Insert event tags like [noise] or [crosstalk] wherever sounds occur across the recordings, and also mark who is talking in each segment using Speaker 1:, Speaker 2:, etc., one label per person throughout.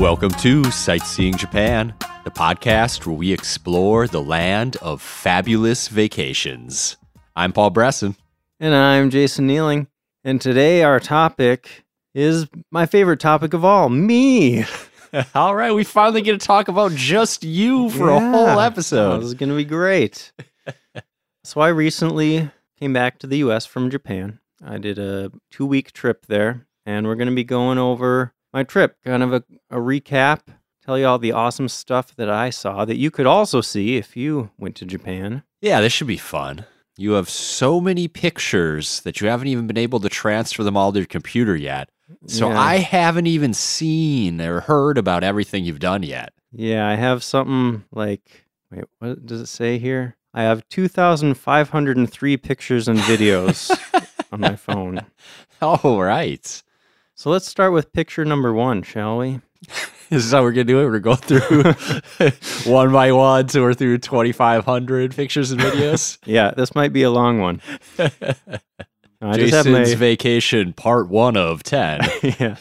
Speaker 1: Welcome to Sightseeing Japan, the podcast where we explore the land of fabulous vacations. I'm Paul Bresson.
Speaker 2: And I'm Jason Nealing. And today our topic is my favorite topic of all me.
Speaker 1: [laughs]
Speaker 2: [laughs]
Speaker 1: All right, we finally get to talk about just you for a whole
Speaker 2: Yeah.
Speaker 1: episode.
Speaker 2: This is going to be great. so I recently came back to the US from Japan. I did a two week trip there, and we're going to be going over my trip, kind of a, a recap, tell you all the awesome stuff that I saw that you could also see if you went to Japan.
Speaker 1: Yeah, this should be fun. You have so many pictures that you haven't even been able to transfer them all to your computer yet. So
Speaker 2: Yeah.
Speaker 1: I haven't even seen or heard about everything you've done yet. [laughs]
Speaker 2: Yeah, I have something like wait, what does it say here? I have 2,503 pictures and videos on my phone.
Speaker 1: All right.
Speaker 2: So let's start with picture number one, shall we?
Speaker 1: This is how we're gonna do it. We're going through
Speaker 2: [laughs]
Speaker 1: one by one, so we're through twenty five hundred pictures and
Speaker 2: [laughs]
Speaker 1: videos.
Speaker 2: Yeah, this might be a long one. I just have
Speaker 1: Jason's
Speaker 2: my
Speaker 1: vacation part one of
Speaker 2: [laughs]
Speaker 1: ten.
Speaker 2: yeah,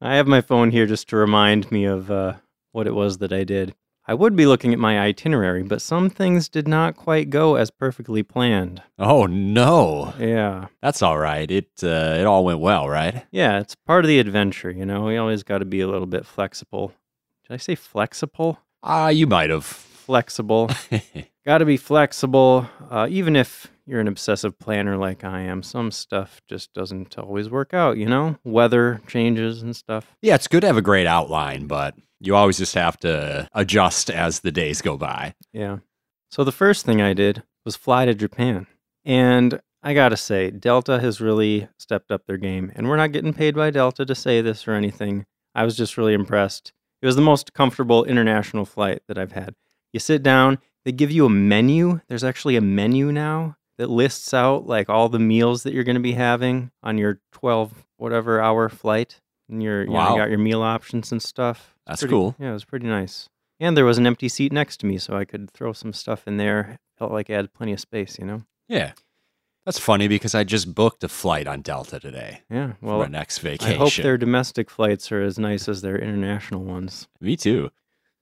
Speaker 2: I have my phone here just to remind me of uh, what it was that I did. I would be looking at my itinerary, but some things did not quite go as perfectly planned.
Speaker 1: oh no,
Speaker 2: Yeah,
Speaker 1: that's all right. It uh, it all went well, right?
Speaker 2: yeah, it's part of the adventure, you know. We always got to be a little bit flexible. Did I say flexible?
Speaker 1: Ah, you might have.
Speaker 2: Flexible. got to be flexible, uh, even if you're an obsessive planner like I am. Some stuff just doesn't always work out, you know? Weather changes and stuff.
Speaker 1: yeah, it's good to have a great outline, but you always just have to adjust as the days go by.
Speaker 2: Yeah. So the first thing I did was fly to Japan. And I got to say, Delta has really stepped up their game. And we're not getting paid by Delta to say this or anything. I was just really impressed. It was the most comfortable international flight that I've had. You sit down, they give you a menu. There's actually a menu now that lists out like all the meals that you're going to be having on your 12 whatever hour flight. And your, you, know, you
Speaker 1: Wow.
Speaker 2: got your meal options and stuff. It's
Speaker 1: That's
Speaker 2: pretty-
Speaker 1: cool.
Speaker 2: Yeah, it was pretty nice. And there was an empty seat next to me, so I could throw some stuff in there. Felt like I had plenty of space, you know?
Speaker 1: Yeah, that's funny because I just booked a flight on Delta today
Speaker 2: Yeah.
Speaker 1: for my
Speaker 2: Well,
Speaker 1: next
Speaker 2: I
Speaker 1: vacation.
Speaker 2: hope their domestic flights are as nice as their international ones.
Speaker 1: Me too.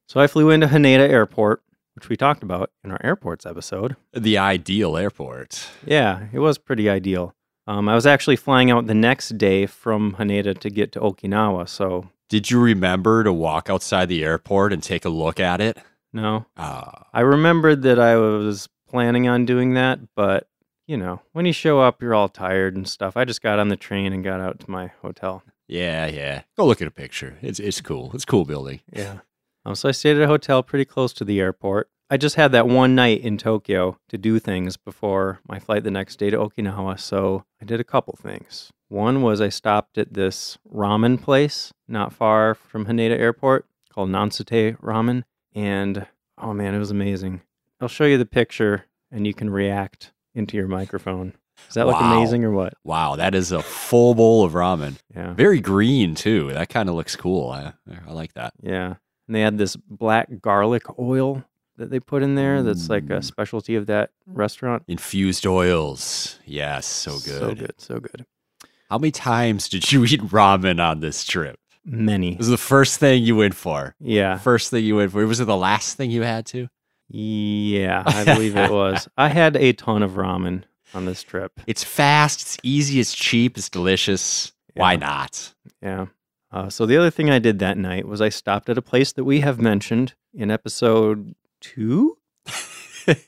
Speaker 2: So I flew into Haneda Airport, which we talked about in our airports episode.
Speaker 1: The ideal airport.
Speaker 2: Yeah, it was pretty ideal. Um, I was actually flying out the next day from Haneda to get to Okinawa, so
Speaker 1: Did you remember to walk outside the airport and take a look at it?
Speaker 2: no.
Speaker 1: Ah,
Speaker 2: I remembered that I was planning on doing that, but you know, when you show up, you're all tired and stuff. I just got on the train and got out to my hotel.
Speaker 1: yeah, yeah. Go look at a picture. It's it's cool. It's a cool building.
Speaker 2: Yeah. Um, so I stayed at a hotel pretty close to the airport. I just had that one night in Tokyo to do things before my flight the next day to Okinawa. So I did a couple things. One was I stopped at this ramen place not far from Haneda Airport called Nansute Ramen. And oh man, it was amazing. I'll show you the picture and you can react into your microphone. Does that look
Speaker 1: Wow.
Speaker 2: amazing or what?
Speaker 1: Wow, that is a full bowl of ramen.
Speaker 2: Yeah.
Speaker 1: Very green too. That kind of looks cool. I, I like that.
Speaker 2: Yeah. And they had this black garlic oil that they put in there that's like a
Speaker 1: Mm.
Speaker 2: specialty of that restaurant.
Speaker 1: Infused oils. Yes, so good.
Speaker 2: So good. So good.
Speaker 1: How many times did you [laughs] eat ramen on this trip?
Speaker 2: Many.
Speaker 1: This is the first thing you went for.
Speaker 2: Yeah.
Speaker 1: First thing you went for. Was it the last thing you had to?
Speaker 2: Yeah.
Speaker 1: [laughs]
Speaker 2: I believe it was. I had a ton of ramen on this trip.
Speaker 1: It's fast, it's easy, it's cheap, it's delicious. Why
Speaker 2: Yeah.
Speaker 1: not?
Speaker 2: Yeah. Uh, so the other thing I did that night was I stopped at a place that we have mentioned in episode two,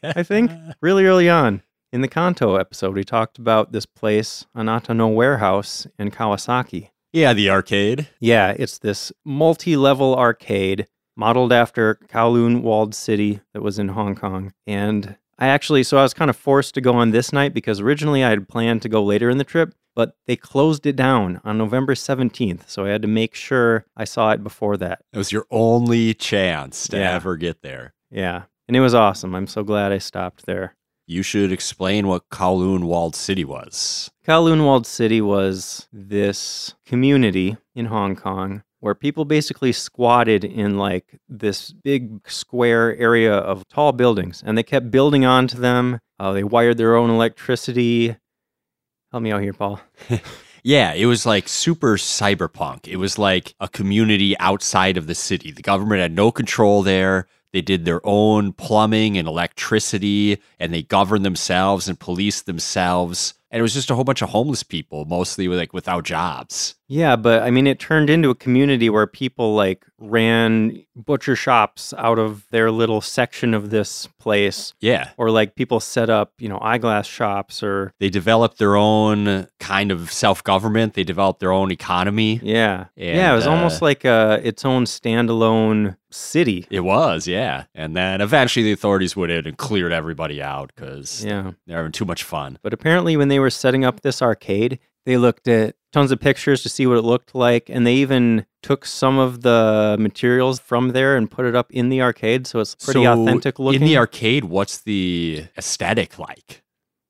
Speaker 2: I think,
Speaker 1: [laughs]
Speaker 2: really early on. In the Kanto episode, we talked about this place, Anatano Warehouse in Kawasaki.
Speaker 1: Yeah, the arcade.
Speaker 2: Yeah, it's this multi level arcade modeled after Kowloon Walled City that was in Hong Kong. And I actually, so I was kind of forced to go on this night because originally I had planned to go later in the trip, but they closed it down on November 17th. So I had to make sure I saw it before that.
Speaker 1: It was your only chance to
Speaker 2: Yeah.
Speaker 1: ever get there.
Speaker 2: Yeah. And it was awesome. I'm so glad I stopped there.
Speaker 1: You should explain what Kowloon Walled City was.
Speaker 2: Kowloon Walled City was this community in Hong Kong where people basically squatted in like this big square area of tall buildings and they kept building onto them. Uh, they wired their own electricity. Help me out here, Paul.
Speaker 1: Yeah, it was like super cyberpunk. It was like a community outside of the city. The government had no control there. They did their own plumbing and electricity, and they governed themselves and policed themselves. And it was just a whole bunch of homeless people, mostly with, like without jobs.
Speaker 2: Yeah, but I mean, it turned into a community where people like ran butcher shops out of their little section of this place,
Speaker 1: Yeah.
Speaker 2: or like people set up, you know, eyeglass shops, or
Speaker 1: They developed their own kind of self government, they developed their own economy.
Speaker 2: yeah, yeah.
Speaker 1: And,
Speaker 2: It was almost
Speaker 1: uh,
Speaker 2: like uh its own standalone city.
Speaker 1: It was, yeah. And then eventually the authorities went in and cleared everybody out because
Speaker 2: Yeah,
Speaker 1: they're having too much fun.
Speaker 2: but apparently, when they were setting up this arcade, they looked at tons of pictures to see what it looked like, and they even took some of the materials from there and put it up in the arcade, so it's pretty
Speaker 1: So,
Speaker 2: authentic looking.
Speaker 1: In the arcade, what's the aesthetic like?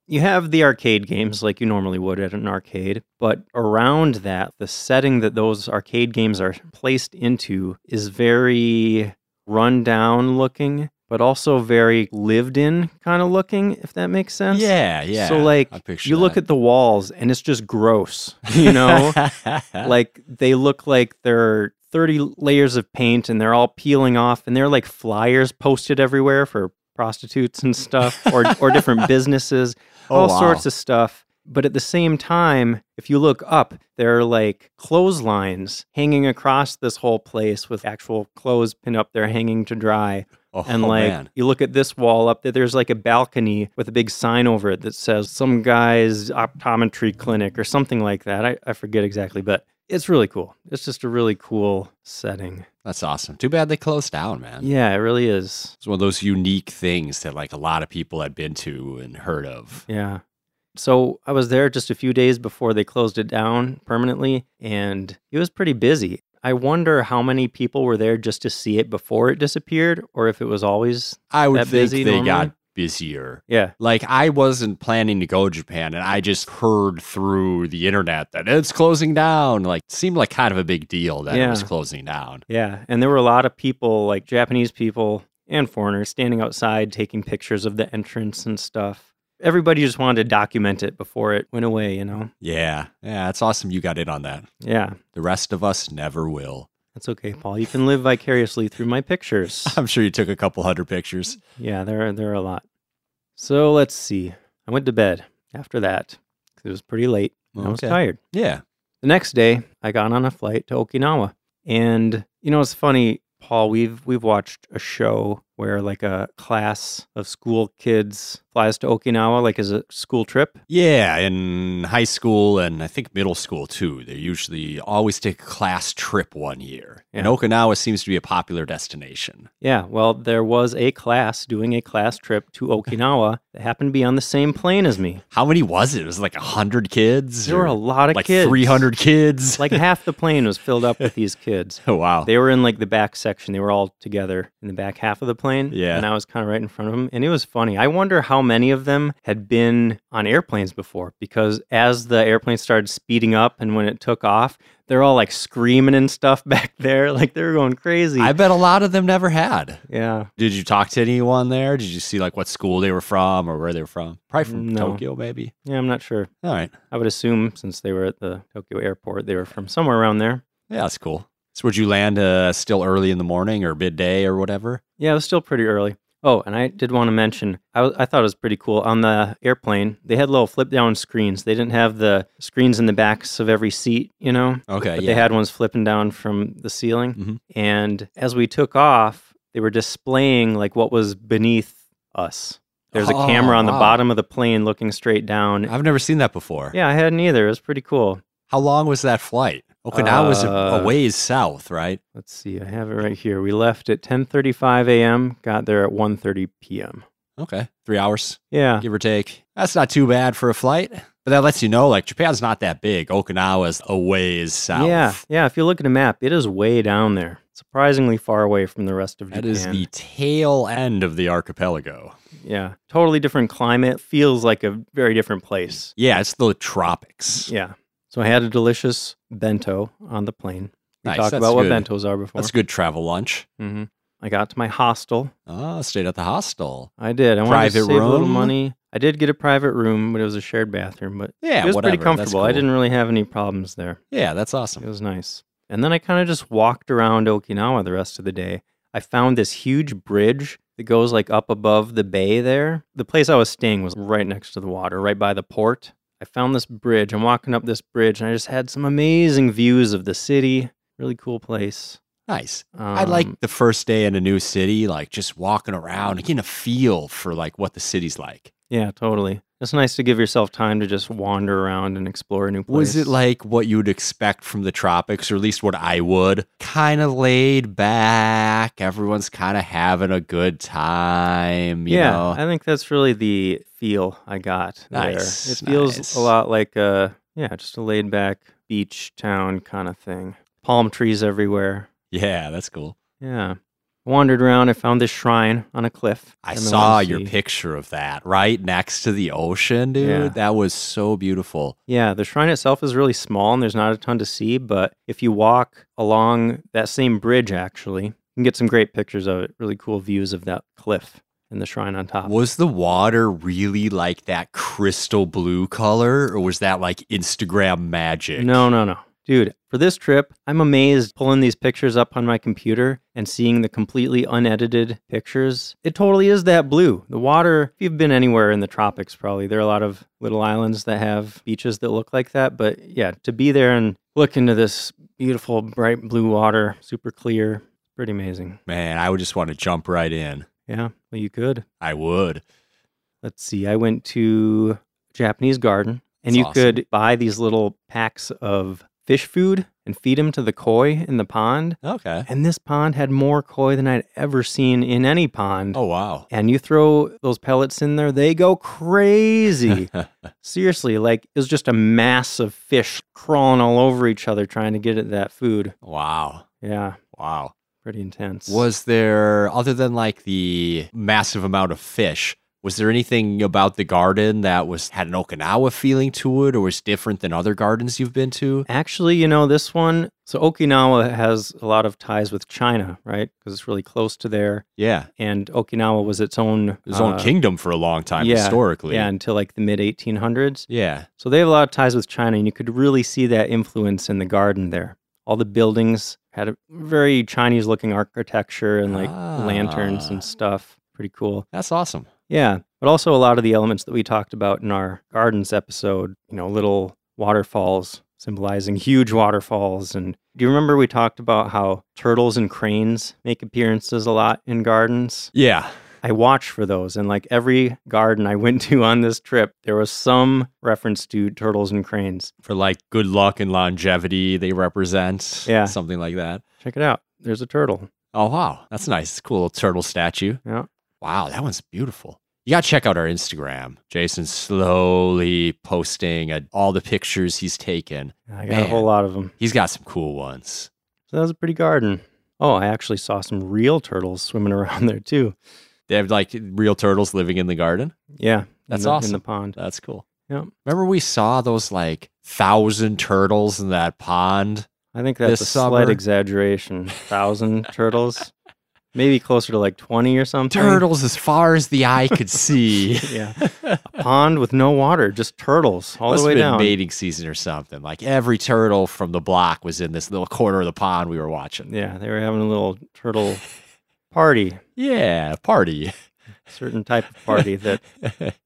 Speaker 2: you have the arcade games like you normally would at an arcade, but around that, the setting that those arcade games are placed into is very run down looking, but also very lived in kind of looking, if that makes sense.
Speaker 1: Yeah, yeah.
Speaker 2: So, like,
Speaker 1: I picture
Speaker 2: you look
Speaker 1: that.
Speaker 2: at the walls and it's just gross, you know?
Speaker 1: [laughs]
Speaker 2: like, they look like they're 30 layers of paint and they're all peeling off, and they're like flyers posted everywhere for prostitutes and stuff or,
Speaker 1: [laughs]
Speaker 2: or different businesses
Speaker 1: Oh,
Speaker 2: all sorts of stuff. But at the same time, if you look up, there are like clotheslines hanging across this whole place with actual clothes pinned up there hanging to dry.
Speaker 1: oh,
Speaker 2: and like
Speaker 1: man.
Speaker 2: you look at this wall up there, there's like a balcony with a big sign over it that says some guy's optometry clinic or something like that. I, I forget exactly, but it's really cool. It's just a really cool setting.
Speaker 1: that's awesome. Too bad they closed down, man.
Speaker 2: Yeah, it really is.
Speaker 1: It's one of those unique things that like a lot of people had been to and heard of.
Speaker 2: Yeah. So I was there just a few days before they closed it down permanently, and it was pretty busy. I wonder how many people were there just to see it before it disappeared, or if it was always.
Speaker 1: I would
Speaker 2: That
Speaker 1: think
Speaker 2: busy
Speaker 1: they
Speaker 2: normally?
Speaker 1: got busier.
Speaker 2: Yeah.
Speaker 1: Like I wasn't planning to go to Japan, and I just heard through the internet that it's closing down. Like seemed like kind of a big deal that it
Speaker 2: Yeah.
Speaker 1: was closing down.
Speaker 2: Yeah. And there were a lot of people, like Japanese people and foreigners, standing outside taking pictures of the entrance and stuff. Everybody just wanted to document it before it went away, you know?
Speaker 1: Yeah, yeah, it's awesome. You got in on that.
Speaker 2: Yeah.
Speaker 1: The rest of us never will. [laughs]
Speaker 2: That's okay, Paul. You can live vicariously through my pictures.
Speaker 1: I'm sure you took a couple hundred pictures.
Speaker 2: Yeah, there are, there are a lot. So let's see. I went to bed after that 'cause it was pretty late. and I was
Speaker 1: Okay.
Speaker 2: tired.
Speaker 1: Yeah.
Speaker 2: The next day, I got on a flight to Okinawa, and you know it's funny, Paul. We've we've watched a show where like a class of school kids flies to Okinawa, like as a school trip.
Speaker 1: Yeah, in high school and I think middle school too. They usually always take a class trip one year. And
Speaker 2: Yeah.
Speaker 1: Okinawa seems to be a popular destination.
Speaker 2: Yeah, well, there was a class doing a class trip to
Speaker 1: [laughs]
Speaker 2: Okinawa that happened to be on the same plane as me.
Speaker 1: How many was it? It was like 100 kids?
Speaker 2: There were
Speaker 1: or
Speaker 2: a lot of
Speaker 1: like
Speaker 2: kids.
Speaker 1: 300 kids?
Speaker 2: Like half the plane was filled up with these kids.
Speaker 1: oh, [laughs] wow.
Speaker 2: They were in like the back section. They were all together in the back half of the plane.
Speaker 1: Yeah.
Speaker 2: And I was kind of right in front of them. And it was funny. I wonder how many of them had been on airplanes before because as the airplane started speeding up and when it took off, they're all like screaming and stuff [laughs] back there. Like they were going crazy.
Speaker 1: I bet a lot of them never had.
Speaker 2: yeah.
Speaker 1: Did you talk to anyone there? Did you see like what school they were from or where they were from? Probably from
Speaker 2: No.
Speaker 1: Tokyo, maybe.
Speaker 2: Yeah. I'm not sure.
Speaker 1: All right.
Speaker 2: I would assume since they were at the Tokyo airport, they were from somewhere around there.
Speaker 1: Yeah, that's cool. So, would you land uh, still early in the morning or midday or whatever?
Speaker 2: Yeah, it was still pretty early. Oh, and I did want to mention, I, w- I thought it was pretty cool. On the airplane, they had little flip down screens. They didn't have the screens in the backs of every seat, you know,
Speaker 1: Okay.
Speaker 2: but
Speaker 1: Uh, yeah.
Speaker 2: they had ones flipping down from the ceiling.
Speaker 1: Mhm.
Speaker 2: And as we took off, they were displaying like what was beneath us. There's a
Speaker 1: Oh,
Speaker 2: camera on the
Speaker 1: wow.
Speaker 2: bottom of the plane looking straight down.
Speaker 1: I've never seen that before.
Speaker 2: yeah, I hadn't either. It was pretty cool.
Speaker 1: How long was that flight? Okinawa was a, a
Speaker 2: Uh,
Speaker 1: ways south, right?
Speaker 2: Let's see. I have it right here. We left at 10:35 a.m., got there at 1:30 p.m.
Speaker 1: Okay. Three hours,
Speaker 2: Yeah.
Speaker 1: give or take. That's not too bad for a flight. But that lets you know, like, Japan's not that big. Okinawa's a ways south.
Speaker 2: Yeah, yeah. If you look at a map, it is way down there, surprisingly far away from the rest of
Speaker 1: That
Speaker 2: Japan.
Speaker 1: is the tail end of the archipelago.
Speaker 2: yeah, totally different climate. Feels like a very different place.
Speaker 1: Yeah, it's the tropics.
Speaker 2: Yeah. So I had a delicious bento on the plane. We
Speaker 1: Nice,
Speaker 2: talked
Speaker 1: that's
Speaker 2: about what
Speaker 1: good. mm-hmm.
Speaker 2: bentos are before.
Speaker 1: That's good travel lunch.
Speaker 2: hmm I got to my hostel.
Speaker 1: Ah, stayed at the hostel.
Speaker 2: I did. I wanted to
Speaker 1: Private
Speaker 2: save a little
Speaker 1: room?
Speaker 2: money. I did get a private room, but it was a shared bathroom, but
Speaker 1: Yeah,
Speaker 2: it was
Speaker 1: whatever.
Speaker 2: pretty comfortable.
Speaker 1: That's
Speaker 2: I
Speaker 1: cool.
Speaker 2: didn't really have any problems there.
Speaker 1: Yeah, that's
Speaker 2: It
Speaker 1: awesome.
Speaker 2: was nice. And then I kind of just walked around Okinawa the rest of the day. I found this huge bridge that goes like up above the bay there. The place I was staying was right next to the water, right by the port. I found this bridge. I'm walking up this bridge and I just had some amazing views of the city. Really cool place.
Speaker 1: Nice.
Speaker 2: Um,
Speaker 1: I like the first day in a new city, like just walking around and getting a feel for like what the city's like.
Speaker 2: Yeah, totally. It's nice to give yourself time to just wander around and explore a new place.
Speaker 1: Was it like what you would expect from the tropics, or at least what I would? Kind of laid back. Everyone's kind of having a good time. You
Speaker 2: yeah,
Speaker 1: know?
Speaker 2: I think that's really the feel I got.
Speaker 1: Nice,
Speaker 2: there. It feels
Speaker 1: nice.
Speaker 2: a lot like a yeah, just a laid back beach town kind of thing. Palm trees everywhere.
Speaker 1: yeah, that's cool.
Speaker 2: Yeah. Wandered around, I found this shrine on a cliff.
Speaker 1: I
Speaker 2: in the
Speaker 1: saw
Speaker 2: Wan
Speaker 1: your
Speaker 2: Sea.
Speaker 1: picture of that right next to the ocean, dude.
Speaker 2: Yeah.
Speaker 1: That was so beautiful.
Speaker 2: Yeah, the shrine itself is really small and there's not a ton to see, but if you walk along that same bridge actually, you can get some great pictures of it, really cool views of that cliff and the shrine on top.
Speaker 1: Was the water really like that crystal blue color, or was that like Instagram magic?
Speaker 2: No, no, no. Dude, for this trip, I'm amazed pulling these pictures up on my computer and seeing the completely unedited pictures. It totally is that blue. The water, if you've been anywhere in the tropics, probably, there are a lot of little islands that have beaches that look like that. But yeah, to be there and look into this beautiful, bright blue water, super clear, pretty amazing.
Speaker 1: Man, I would just want to jump right in.
Speaker 2: Yeah, well, you could.
Speaker 1: I would.
Speaker 2: let's see, I went to Japanese garden and
Speaker 1: That's
Speaker 2: you
Speaker 1: awesome.
Speaker 2: could buy these little packs of fish food and feed them to the koi in the pond.
Speaker 1: Okay.
Speaker 2: And this pond had more koi than I'd ever seen in any pond.
Speaker 1: Oh, wow.
Speaker 2: And you throw those pellets in there, they
Speaker 1: [laughs]
Speaker 2: go crazy. Seriously, like it was just a mass of fish crawling all over each other trying to get at that food.
Speaker 1: wow.
Speaker 2: Yeah,
Speaker 1: Wow.
Speaker 2: pretty intense.
Speaker 1: Was there, other than like the massive amount of fish, was there anything about the garden that was had an Okinawa feeling to it, or was different than other gardens you've been to?
Speaker 2: Actually, you know, this one, so Okinawa has a lot of ties with China, right? Because it's really close to there.
Speaker 1: Yeah,
Speaker 2: And Okinawa was its own,
Speaker 1: his own
Speaker 2: uh,
Speaker 1: kingdom for a long time
Speaker 2: yeah,
Speaker 1: historically.
Speaker 2: Yeah, until like the mid 1800s.
Speaker 1: yeah,
Speaker 2: So they have a lot of ties with China, and you could really see that influence in the garden there. All the buildings had a very Chinese looking architecture and like lanterns
Speaker 1: Ah.
Speaker 2: and stuff. Pretty cool.
Speaker 1: that's awesome.
Speaker 2: Yeah. But also a lot of the elements that we talked about in our gardens episode, you know, little waterfalls symbolizing huge waterfalls. And do you remember we talked about how turtles and cranes make appearances a lot in gardens?
Speaker 1: Yeah,
Speaker 2: I watched for those. And like every garden I went to [laughs] on this trip, there was some reference to turtles and cranes.
Speaker 1: for like good luck and longevity, they represent.
Speaker 2: Yeah.
Speaker 1: something like that.
Speaker 2: Check it out. There's a turtle.
Speaker 1: Oh wow, that's nice. Cool little turtle statue.
Speaker 2: Yeah.
Speaker 1: Wow, that one's beautiful. You gotta check out our Instagram. Jason's slowly posting uh, all the pictures he's taken.
Speaker 2: I got a
Speaker 1: Man.
Speaker 2: whole lot of them.
Speaker 1: He's got some cool ones.
Speaker 2: So that was a pretty garden. Oh, I actually saw some real turtles swimming [laughs] around there too.
Speaker 1: They have like real turtles living in the garden.
Speaker 2: Yeah. in
Speaker 1: That's
Speaker 2: the- In the
Speaker 1: awesome.
Speaker 2: pond.
Speaker 1: That's cool.
Speaker 2: Yep.
Speaker 1: Remember we saw those like thousand turtles in that pond?
Speaker 2: I think that's
Speaker 1: this
Speaker 2: a slight
Speaker 1: summer. [laughs]
Speaker 2: exaggeration. Thousand turtles, maybe closer to like twenty or something.
Speaker 1: Turtles as far as the eye [laughs] could see. [laughs]
Speaker 2: Yeah, a pond with no water, just turtles all
Speaker 1: Must
Speaker 2: the way
Speaker 1: have been
Speaker 2: down.
Speaker 1: mating season or something. Like every turtle from the block was in this little corner of the pond we were watching.
Speaker 2: Yeah, they were having a little turtle party,
Speaker 1: Yeah, party. [laughs]
Speaker 2: certain type of party that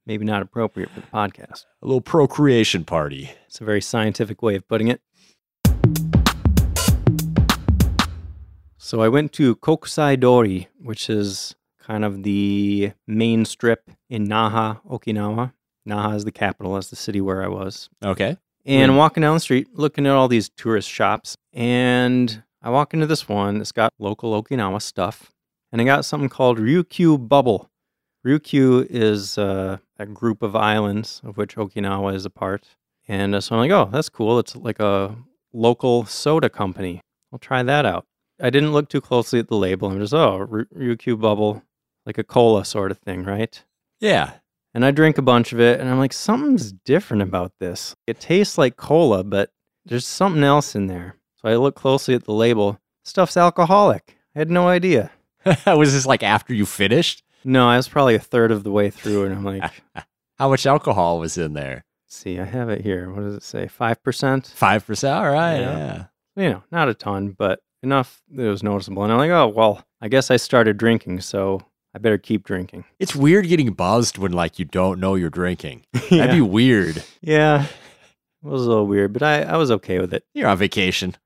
Speaker 2: maybe not appropriate for the podcast.
Speaker 1: a little procreation party.
Speaker 2: It's a very scientific way of putting it. So I went to Kokusai Dori, which is kind of the main strip in Naha, Okinawa. Naha is the capital, that's the city where I was.
Speaker 1: Okay.
Speaker 2: And
Speaker 1: Mm.
Speaker 2: walking down the street, looking at all these tourist shops, and I walk into this one that's got local Okinawa stuff, and I got something called Ryukyu Bubble. Ryukyu is uh, a group of islands of which Okinawa is a part. And uh, so I'm like, oh, that's cool. It's like a local soda company. I'll try that out. I didn't look too closely at the label. I'm just, oh, Ry- Ryukyu Bubble, like a cola sort of thing, right?
Speaker 1: Yeah. [laughs]
Speaker 2: And I drink a bunch of it, and I'm like, something's different about this. It tastes like cola, but there's something else in there. So I look closely at the label. Stuff's alcoholic. I had no idea.
Speaker 1: was this like after you finished?
Speaker 2: No, I was probably a third of the way through, and I'm like,
Speaker 1: How much alcohol was in there?
Speaker 2: see, I have it here. What does it say? 5%?
Speaker 1: Five percent. All right.
Speaker 2: Yeah.
Speaker 1: Yeah.
Speaker 2: You know, not a ton, but enough that it was noticeable. And I'm like, oh, well, I guess I started drinking, so I better keep drinking.
Speaker 1: It's weird getting buzzed when like you don't know you're
Speaker 2: [laughs]
Speaker 1: drinking. That'd be weird.
Speaker 2: yeah. It was a little weird, but I, I was okay with it.
Speaker 1: You're on vacation.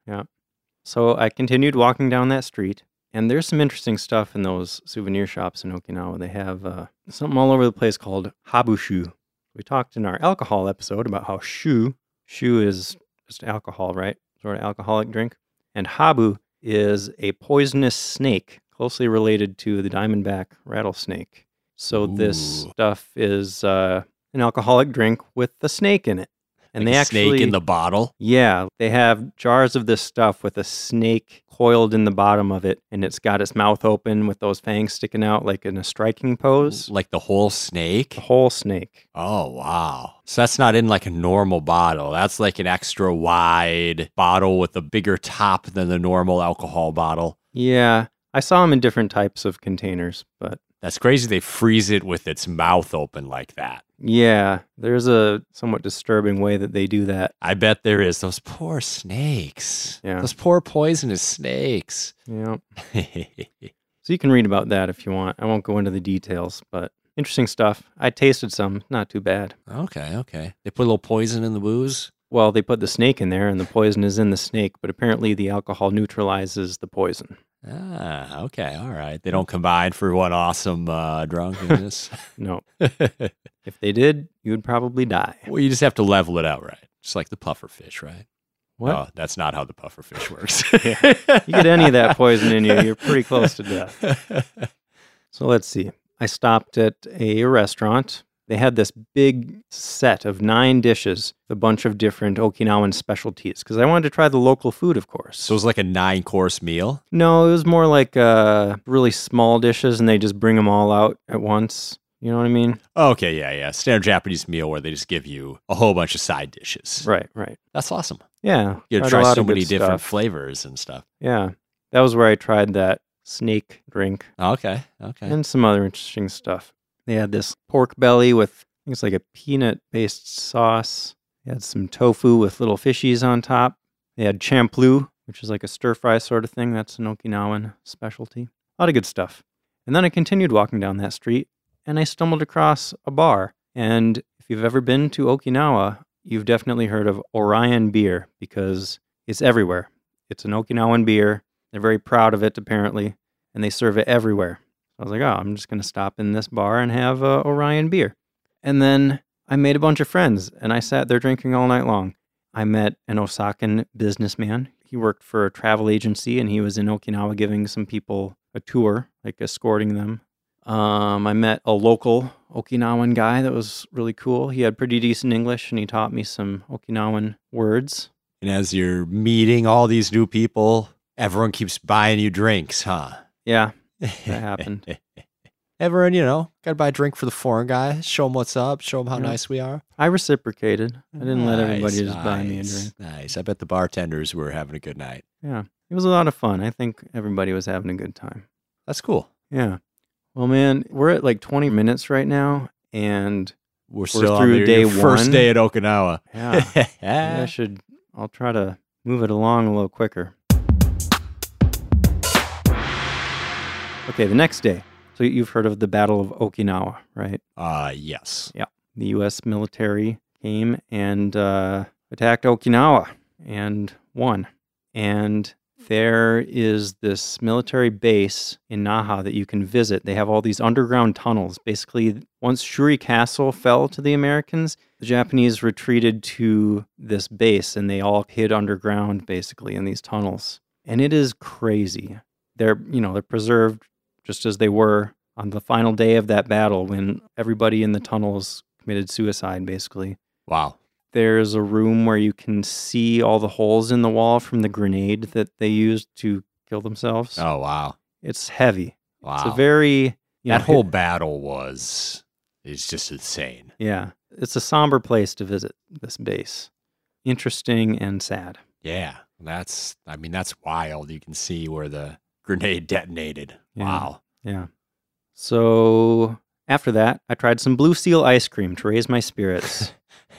Speaker 2: So I continued walking down that street, and there's some interesting stuff in those souvenir shops in Okinawa. They have uh, something all over the place called habushu. We talked in our alcohol episode about how shu, shu is just alcohol, right? Sort of alcoholic drink. And habu is a poisonous snake closely related to the diamondback rattlesnake. So this
Speaker 1: Ooh.
Speaker 2: stuff is uh, an alcoholic drink with the snake in it. And
Speaker 1: Like
Speaker 2: they
Speaker 1: a
Speaker 2: actually
Speaker 1: snake in the bottle.
Speaker 2: yeah, they have jars of this stuff with a snake coiled in the bottom of it, and it's got its mouth open with those fangs sticking out like in a striking pose.
Speaker 1: Like the whole snake.
Speaker 2: The whole snake.
Speaker 1: Oh wow. So that's not in like a normal bottle. That's like an extra wide bottle with a bigger top than the normal alcohol bottle.
Speaker 2: Yeah, I saw them in different types of containers, but
Speaker 1: That's crazy they freeze it with its mouth open like that.
Speaker 2: yeah, there's a somewhat disturbing way that they do that.
Speaker 1: I bet there is. Those poor snakes.
Speaker 2: Yeah.
Speaker 1: Those poor poisonous snakes. [laughs]
Speaker 2: Yeah.
Speaker 1: That's
Speaker 2: So you can read about that if you want. I won't go into the details, but interesting stuff. I tasted some, not too bad.
Speaker 1: Okay, okay. They put a little poison in the booze.
Speaker 2: Well, they put the snake in there and the poison is in the snake, but apparently the alcohol neutralizes the poison.
Speaker 1: Ah, okay, all right. They don't combine for one awesome uh, drunkenness. [laughs]
Speaker 2: No.
Speaker 1: well,
Speaker 2: If they did, you would probably die.
Speaker 1: you just have to level it out, right? Just like the puffer fish, right?
Speaker 2: What?
Speaker 1: Oh, that's not how the puffer fish
Speaker 2: [laughs]
Speaker 1: works.
Speaker 2: You get any of that poison in you, you're pretty close to death. So let's see. I stopped at a restaurant. They had this big set of nine dishes, with a bunch of different Okinawan specialties, because I wanted to try the local food, of
Speaker 1: [laughs]
Speaker 2: course.
Speaker 1: So it was like a nine course meal.
Speaker 2: no, it was more like uh, really small dishes, and they just bring them all out at once. You know what I mean?
Speaker 1: Oh, Okay, yeah, yeah. Standard Japanese meal where they just give you a whole bunch of side dishes.
Speaker 2: Right, right.
Speaker 1: That's awesome.
Speaker 2: Yeah.
Speaker 1: You
Speaker 2: tried
Speaker 1: know,
Speaker 2: a
Speaker 1: try
Speaker 2: lot
Speaker 1: so
Speaker 2: of good
Speaker 1: many different
Speaker 2: stuff.
Speaker 1: flavors and stuff.
Speaker 2: Yeah. That was where I tried that snake drink.
Speaker 1: Okay, okay.
Speaker 2: and some other interesting stuff. They had this pork belly with I think it's like a peanut based sauce. They had some tofu with little fishies on top. They had champloo, which is like a stir fry sort of thing. That's an Okinawan specialty. A lot of good stuff. And then I continued walking down that street and I stumbled across a bar. And if you've ever been to Okinawa, you've definitely heard of Orion beer because it's everywhere. It's an Okinawan beer. They're very proud of it, apparently, and they serve it everywhere. I was like, oh, I'm just going to stop in this bar and have uh, Orion beer. And then I made a bunch of friends and I sat there drinking all night long. I met an Osakan businessman. He worked for a travel agency and he was in Okinawa giving some people a tour, like escorting them. Um, I met a local Okinawan guy that was really cool. He had pretty decent English and he taught me some Okinawan words.
Speaker 1: And as you're meeting all these new people, everyone keeps buying you drinks, huh?
Speaker 2: Yeah,
Speaker 1: That [laughs]
Speaker 2: happened.
Speaker 1: everyone, you know, got to buy a drink for the foreign guy, show him what's up, show him how
Speaker 2: Yeah.
Speaker 1: nice we are.
Speaker 2: I reciprocated. I didn't let everybody
Speaker 1: Nice,
Speaker 2: just buy me a
Speaker 1: nice,
Speaker 2: drink.
Speaker 1: Nice. I bet the bartenders were having a good night.
Speaker 2: It was a lot of fun. I think everybody was having a good time.
Speaker 1: That's cool.
Speaker 2: Yeah. Well, man, we're at like 20 minutes right now, and
Speaker 1: We're, still on
Speaker 2: through
Speaker 1: your-
Speaker 2: day
Speaker 1: your first
Speaker 2: one.
Speaker 1: day at Okinawa. [laughs]
Speaker 2: yeah, maybe I should. I'll try to move it along a little quicker. Okay, the next day. So you've heard of the Battle of Okinawa, right?
Speaker 1: uh, yes.
Speaker 2: The U.S. military came and uh, attacked Okinawa and won. And there is this military base in Naha that you can visit. They have all these underground tunnels. Basically, once Shuri Castle fell to the Americans, the Japanese retreated to this base and they all hid underground, basically, in these tunnels. And it is crazy. They're, you know, they're preserved just as they were on the final day of that battle when everybody in the tunnels committed suicide, basically
Speaker 1: Wow.
Speaker 2: there's a room where you can see all the holes in the wall from the grenade that they used to kill themselves.
Speaker 1: Oh, wow.
Speaker 2: It's heavy.
Speaker 1: Wow.
Speaker 2: It's a very you
Speaker 1: that
Speaker 2: know,
Speaker 1: whole battle was, it's just insane.
Speaker 2: yeah. It's a somber place to visit this base. Interesting and sad.
Speaker 1: Yeah. That's, I mean, that's wild. You can see where the grenade detonated.
Speaker 2: Yeah.
Speaker 1: Wow. [laughs]
Speaker 2: Yeah. So after that, I tried some Blue Seal ice cream to raise my spirits.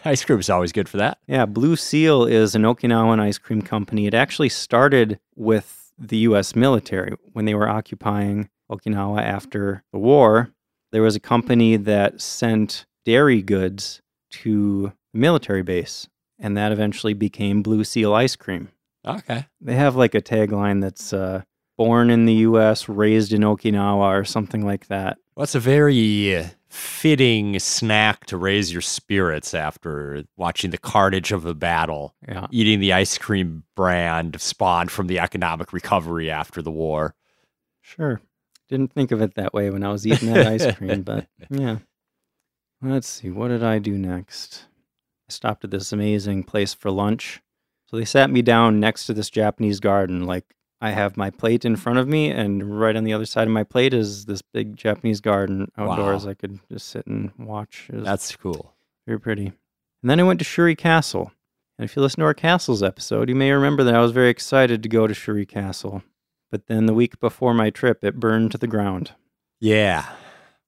Speaker 1: Ice cream is always good for that.
Speaker 2: yeah, Blue Seal is an Okinawan ice cream company. It actually started with the U.S. military when they were occupying Okinawa after the war. There was a company that sent dairy goods to the military base, and that eventually became Blue Seal ice cream.
Speaker 1: Okay.
Speaker 2: They have like a tagline that's uh, born in the U.S., raised in Okinawa, or something like that.
Speaker 1: Well, it's a very uh, fitting snack to raise your spirits after watching the carnage of a battle,
Speaker 2: Yeah.
Speaker 1: eating the ice cream brand spawned from the economic recovery after the war.
Speaker 2: Sure. Didn't think of it that way when I was eating that ice cream, but yeah. Let's see. What did I do next? I stopped at this amazing place for lunch. So they sat me down next to this Japanese garden. Like I have my plate in front of me, and right on the other side of my plate is this big Japanese garden outdoors.
Speaker 1: Wow.
Speaker 2: I could just sit and watch. It was
Speaker 1: That's cool.
Speaker 2: very pretty. And then I went to Shuri Castle. And if you listen to our Castles episode, you may remember that I was very excited to go to Shuri Castle. But then the week before my trip, it burned to the ground.
Speaker 1: Yeah.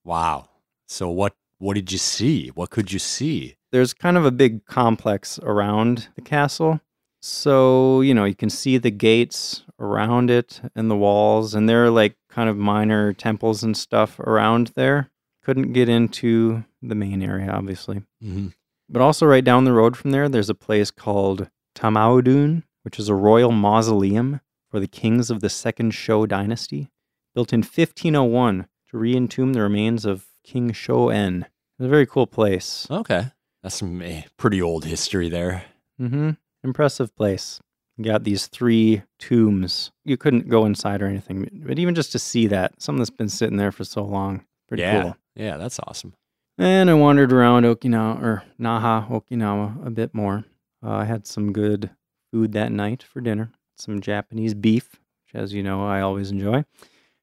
Speaker 1: Wow. So what what did you see? What could you see?
Speaker 2: There's kind of a big complex around the castle. So, you know, you can see the gates around it and the walls, and there are like kind of minor temples and stuff around there. Couldn't get into the main area, obviously.
Speaker 1: Mm-hmm.
Speaker 2: But also, right down the road from there, there's a place called Tamaudun, which is a royal mausoleum for the kings of the Second Shou dynasty, built in 1501 to re entomb the remains of King Shou-en. It's a very cool place.
Speaker 1: Okay. That's some eh, pretty old history there.
Speaker 2: Mm-hmm. Impressive place. You got these three tombs. You couldn't go inside or anything, but even just to see that, something that's been sitting there for so long, pretty
Speaker 1: yeah.
Speaker 2: cool.
Speaker 1: Yeah, that's awesome.
Speaker 2: And I wandered around Okinawa or Naha, Okinawa, a bit more. Uh, I had some good food that night for dinner, some Japanese beef, which, as you know, I always enjoy.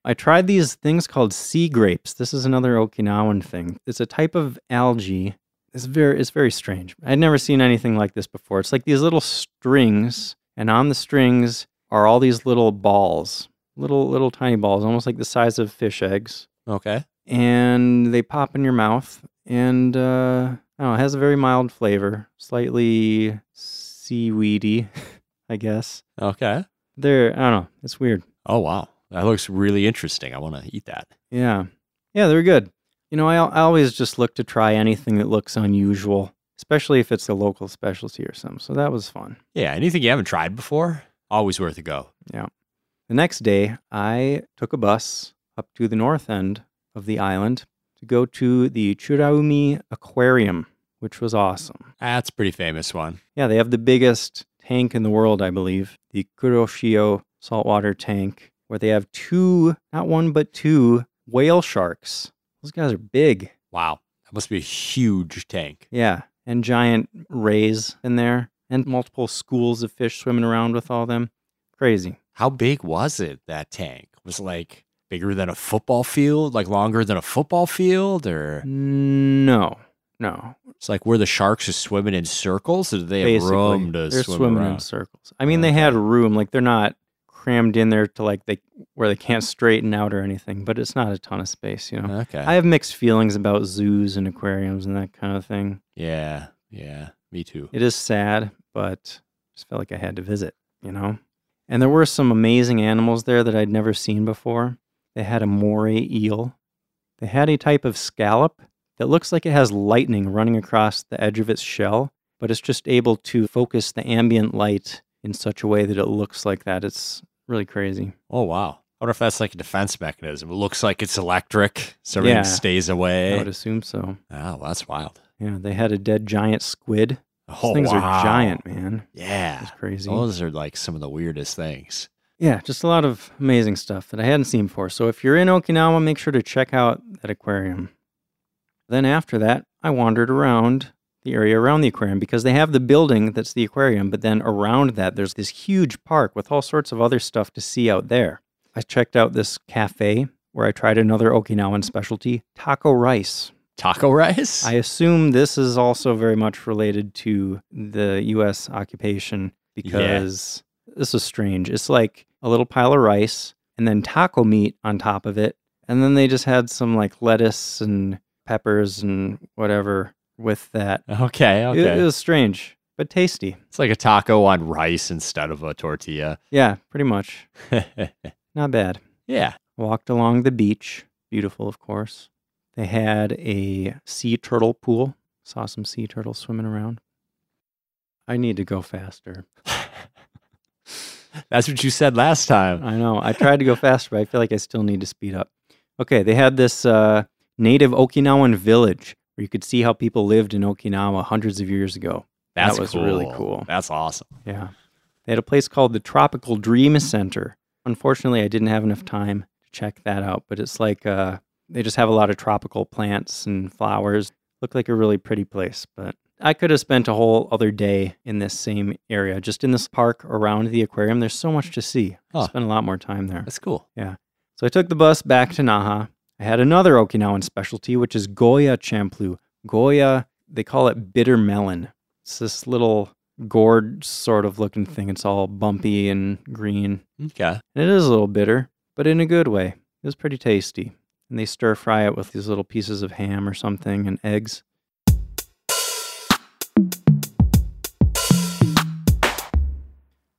Speaker 2: I tried these things called sea grapes. This is another Okinawan thing. It's a type of algae. It's very, it's very strange. I'd never seen anything like this before. It's like these little strings, and on the strings are all these little balls, little, little tiny balls, almost like the size of fish eggs
Speaker 1: Okay.
Speaker 2: and they pop in your mouth and uh I don't know, it has a very mild flavor, slightly seaweedy, [laughs] I guess.
Speaker 1: Okay.
Speaker 2: They're I don't know, it's weird.
Speaker 1: Oh wow. That looks really interesting. I want to eat that.
Speaker 2: Yeah. Yeah, they're good. You know, I, I always just look to try anything that looks unusual, especially if it's a local specialty or something. So that was fun.
Speaker 1: Yeah, anything you haven't tried before, always worth a go.
Speaker 2: The next day, I took a bus up to the north end of the island to go to the Churaumi Aquarium, which was awesome.
Speaker 1: That's a pretty famous one.
Speaker 2: Yeah, they have the biggest tank in the world, I believe, the Kuroshio saltwater tank, where they have two, not one, but two whale sharks. Those guys are big.
Speaker 1: Wow. That must be a huge tank.
Speaker 2: Yeah, and giant rays in there, and multiple schools of fish swimming around with all them. Crazy.
Speaker 1: How big was it, that tank? Was it like bigger than a football field, like longer than a football field? Or
Speaker 2: No, no.
Speaker 1: it's like where the sharks are swimming in circles? Or do they have
Speaker 2: basically,
Speaker 1: room to
Speaker 2: they're
Speaker 1: swim
Speaker 2: swimming in
Speaker 1: around?
Speaker 2: circles. I mean, they had room, like they're not crammed in there to like they where they can't straighten out or anything, but it's not a ton of space, you know.
Speaker 1: Okay.
Speaker 2: I have mixed feelings about zoos and aquariums and that kind of thing.
Speaker 1: yeah. Yeah. Me too.
Speaker 2: It is sad, but just felt like I had to visit, you know? And there were some amazing animals there that I'd never seen before. They had a moray eel. They had a type of scallop that looks like it has lightning running across the edge of its shell, but it's just able to focus the ambient light in such a way that it looks like that. It's really crazy.
Speaker 1: Oh, wow. I wonder if that's like a defense mechanism. It looks like it's electric, so everything
Speaker 2: Yeah.
Speaker 1: stays
Speaker 2: I
Speaker 1: away.
Speaker 2: would assume so.
Speaker 1: Oh, that's wild.
Speaker 2: Yeah, they had a dead giant squid. Those
Speaker 1: Oh,
Speaker 2: things
Speaker 1: wow.
Speaker 2: are giant, man.
Speaker 1: Yeah.
Speaker 2: It's crazy.
Speaker 1: Those are like some of the weirdest things.
Speaker 2: Yeah, just a lot of amazing stuff that I hadn't seen before. So if you're in Okinawa, make sure to check out that aquarium. Then after that, I wandered around the area around the aquarium because they have the building that's the aquarium, but then around that, there's this huge park with all sorts of other stuff to see out there. I checked out this cafe where I tried another Okinawan specialty, taco rice.
Speaker 1: Taco rice?
Speaker 2: I assume this is also very much related to the U.S. occupation because this is strange. It's like a little pile of rice and then taco meat on top of it. And then they just had some like lettuce and peppers and whatever with that.
Speaker 1: Okay,
Speaker 2: It-
Speaker 1: okay.
Speaker 2: it was strange, but tasty.
Speaker 1: it's like a taco on rice instead of a tortilla.
Speaker 2: Yeah, pretty much. Not bad.
Speaker 1: [laughs] yeah.
Speaker 2: Walked along the beach. Beautiful, of course. They had a sea turtle pool. Saw some sea turtles swimming around. I need to go faster.
Speaker 1: That's what you said last time.
Speaker 2: I know. I tried to go faster, but I feel like I still need to speed up. Okay, they had this uh, native Okinawan village where you could see how people lived in Okinawa hundreds of years ago. That
Speaker 1: That's
Speaker 2: was really cool.
Speaker 1: That's awesome.
Speaker 2: Yeah. They had a place called the Tropical Dream Center. Unfortunately, I didn't have enough time to check that out, but it's like uh, they just have a lot of tropical plants and flowers. Looked like a really pretty place, but I could have spent a whole other day in this same area, just in this park around the aquarium. There's so much to see.
Speaker 1: Huh.
Speaker 2: I spent a lot more time there.
Speaker 1: That's cool.
Speaker 2: So I took the bus back to Naha. I had another Okinawan specialty, which is Goya champloo. Goya, they call it bitter melon. It's this little gourd sort of looking thing. It's all bumpy and green.
Speaker 1: Okay.
Speaker 2: And it is a little bitter, but in a good way. It was pretty tasty. And they stir fry it with these little pieces of ham or something and eggs.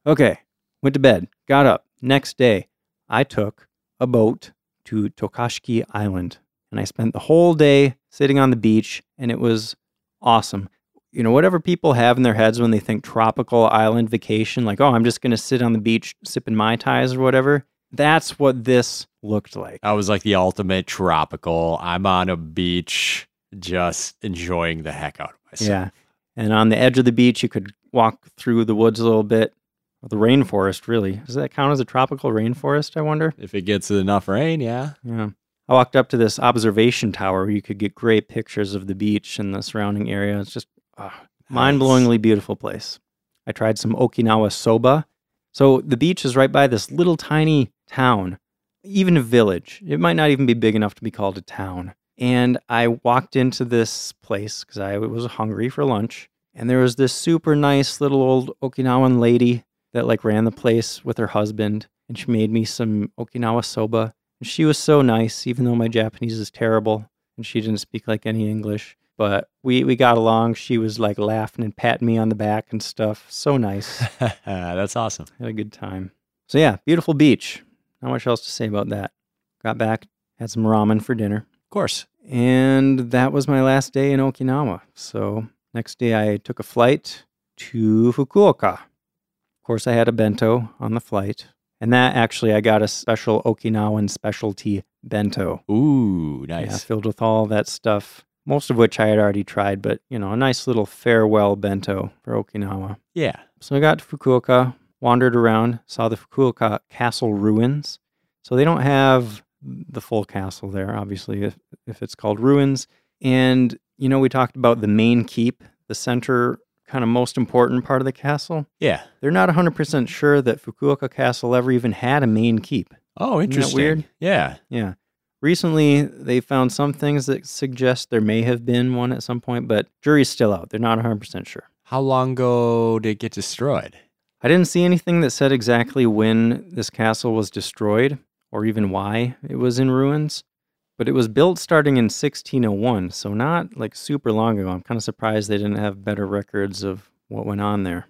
Speaker 2: Okay, went to bed, got up. Next day, I took a boat to Tokashiki Island and I spent the whole day sitting on the beach and it was awesome. You know, whatever people have in their heads when they think tropical island vacation, like, oh, I'm just going to sit on the beach sipping Mai Tais or whatever, that's what this looked like.
Speaker 1: I was like the ultimate tropical. I'm on a beach just enjoying the heck out of myself.
Speaker 2: Yeah. And on the edge of the beach, you could walk through the woods a little bit, or the rainforest, really. Does that count as a tropical rainforest, I wonder?
Speaker 1: If it gets enough rain, yeah.
Speaker 2: Yeah. I walked up to this observation tower where you could get great pictures of the beach and the surrounding area. It's just ah, mind-blowingly beautiful place. I tried some Okinawa soba. So the beach is right by this little tiny town, even a village. It might not even be big enough to be called a town. And I walked into this place because I was hungry for lunch. And there was this super nice little old Okinawan lady that like ran the place with her husband. And she made me some Okinawa soba. And she was so nice, even though my Japanese is terrible and she didn't speak like any English. But we, we got along. She was like laughing and patting me on the back and stuff. So nice.
Speaker 1: [laughs] That's awesome.
Speaker 2: Had a good time. So yeah, beautiful beach. Not much else to say about that. Got back, had some ramen for dinner.
Speaker 1: Of course.
Speaker 2: And that was my last day in Okinawa. So next day I took a flight to Fukuoka. Of course, I had a bento on the flight. And that actually, I got a special Okinawan specialty bento.
Speaker 1: Ooh,
Speaker 2: Yeah,
Speaker 1: nice.
Speaker 2: filled with all that stuff, most of which I had already tried, but you know, a nice little farewell bento for Okinawa.
Speaker 1: Yeah.
Speaker 2: So I got to Fukuoka, wandered around, saw the Fukuoka castle ruins. So they don't have the full castle there, obviously, if, if it's called ruins. And, you know, we talked about the main keep, the center, kind of most important part of the castle.
Speaker 1: Yeah.
Speaker 2: They're not 100% sure that Fukuoka Castle ever even had a main keep.
Speaker 1: Oh, interesting.
Speaker 2: weird?
Speaker 1: Yeah.
Speaker 2: Yeah. Recently, they found some things that suggest there may have been one at some point, but jury's still out. They're not 100% sure.
Speaker 1: How long ago did it get destroyed?
Speaker 2: I didn't see anything that said exactly when this castle was destroyed or even why it was in ruins, but it was built starting in 1601, so not like super long ago. I'm kind of surprised they didn't have better records of what went on there.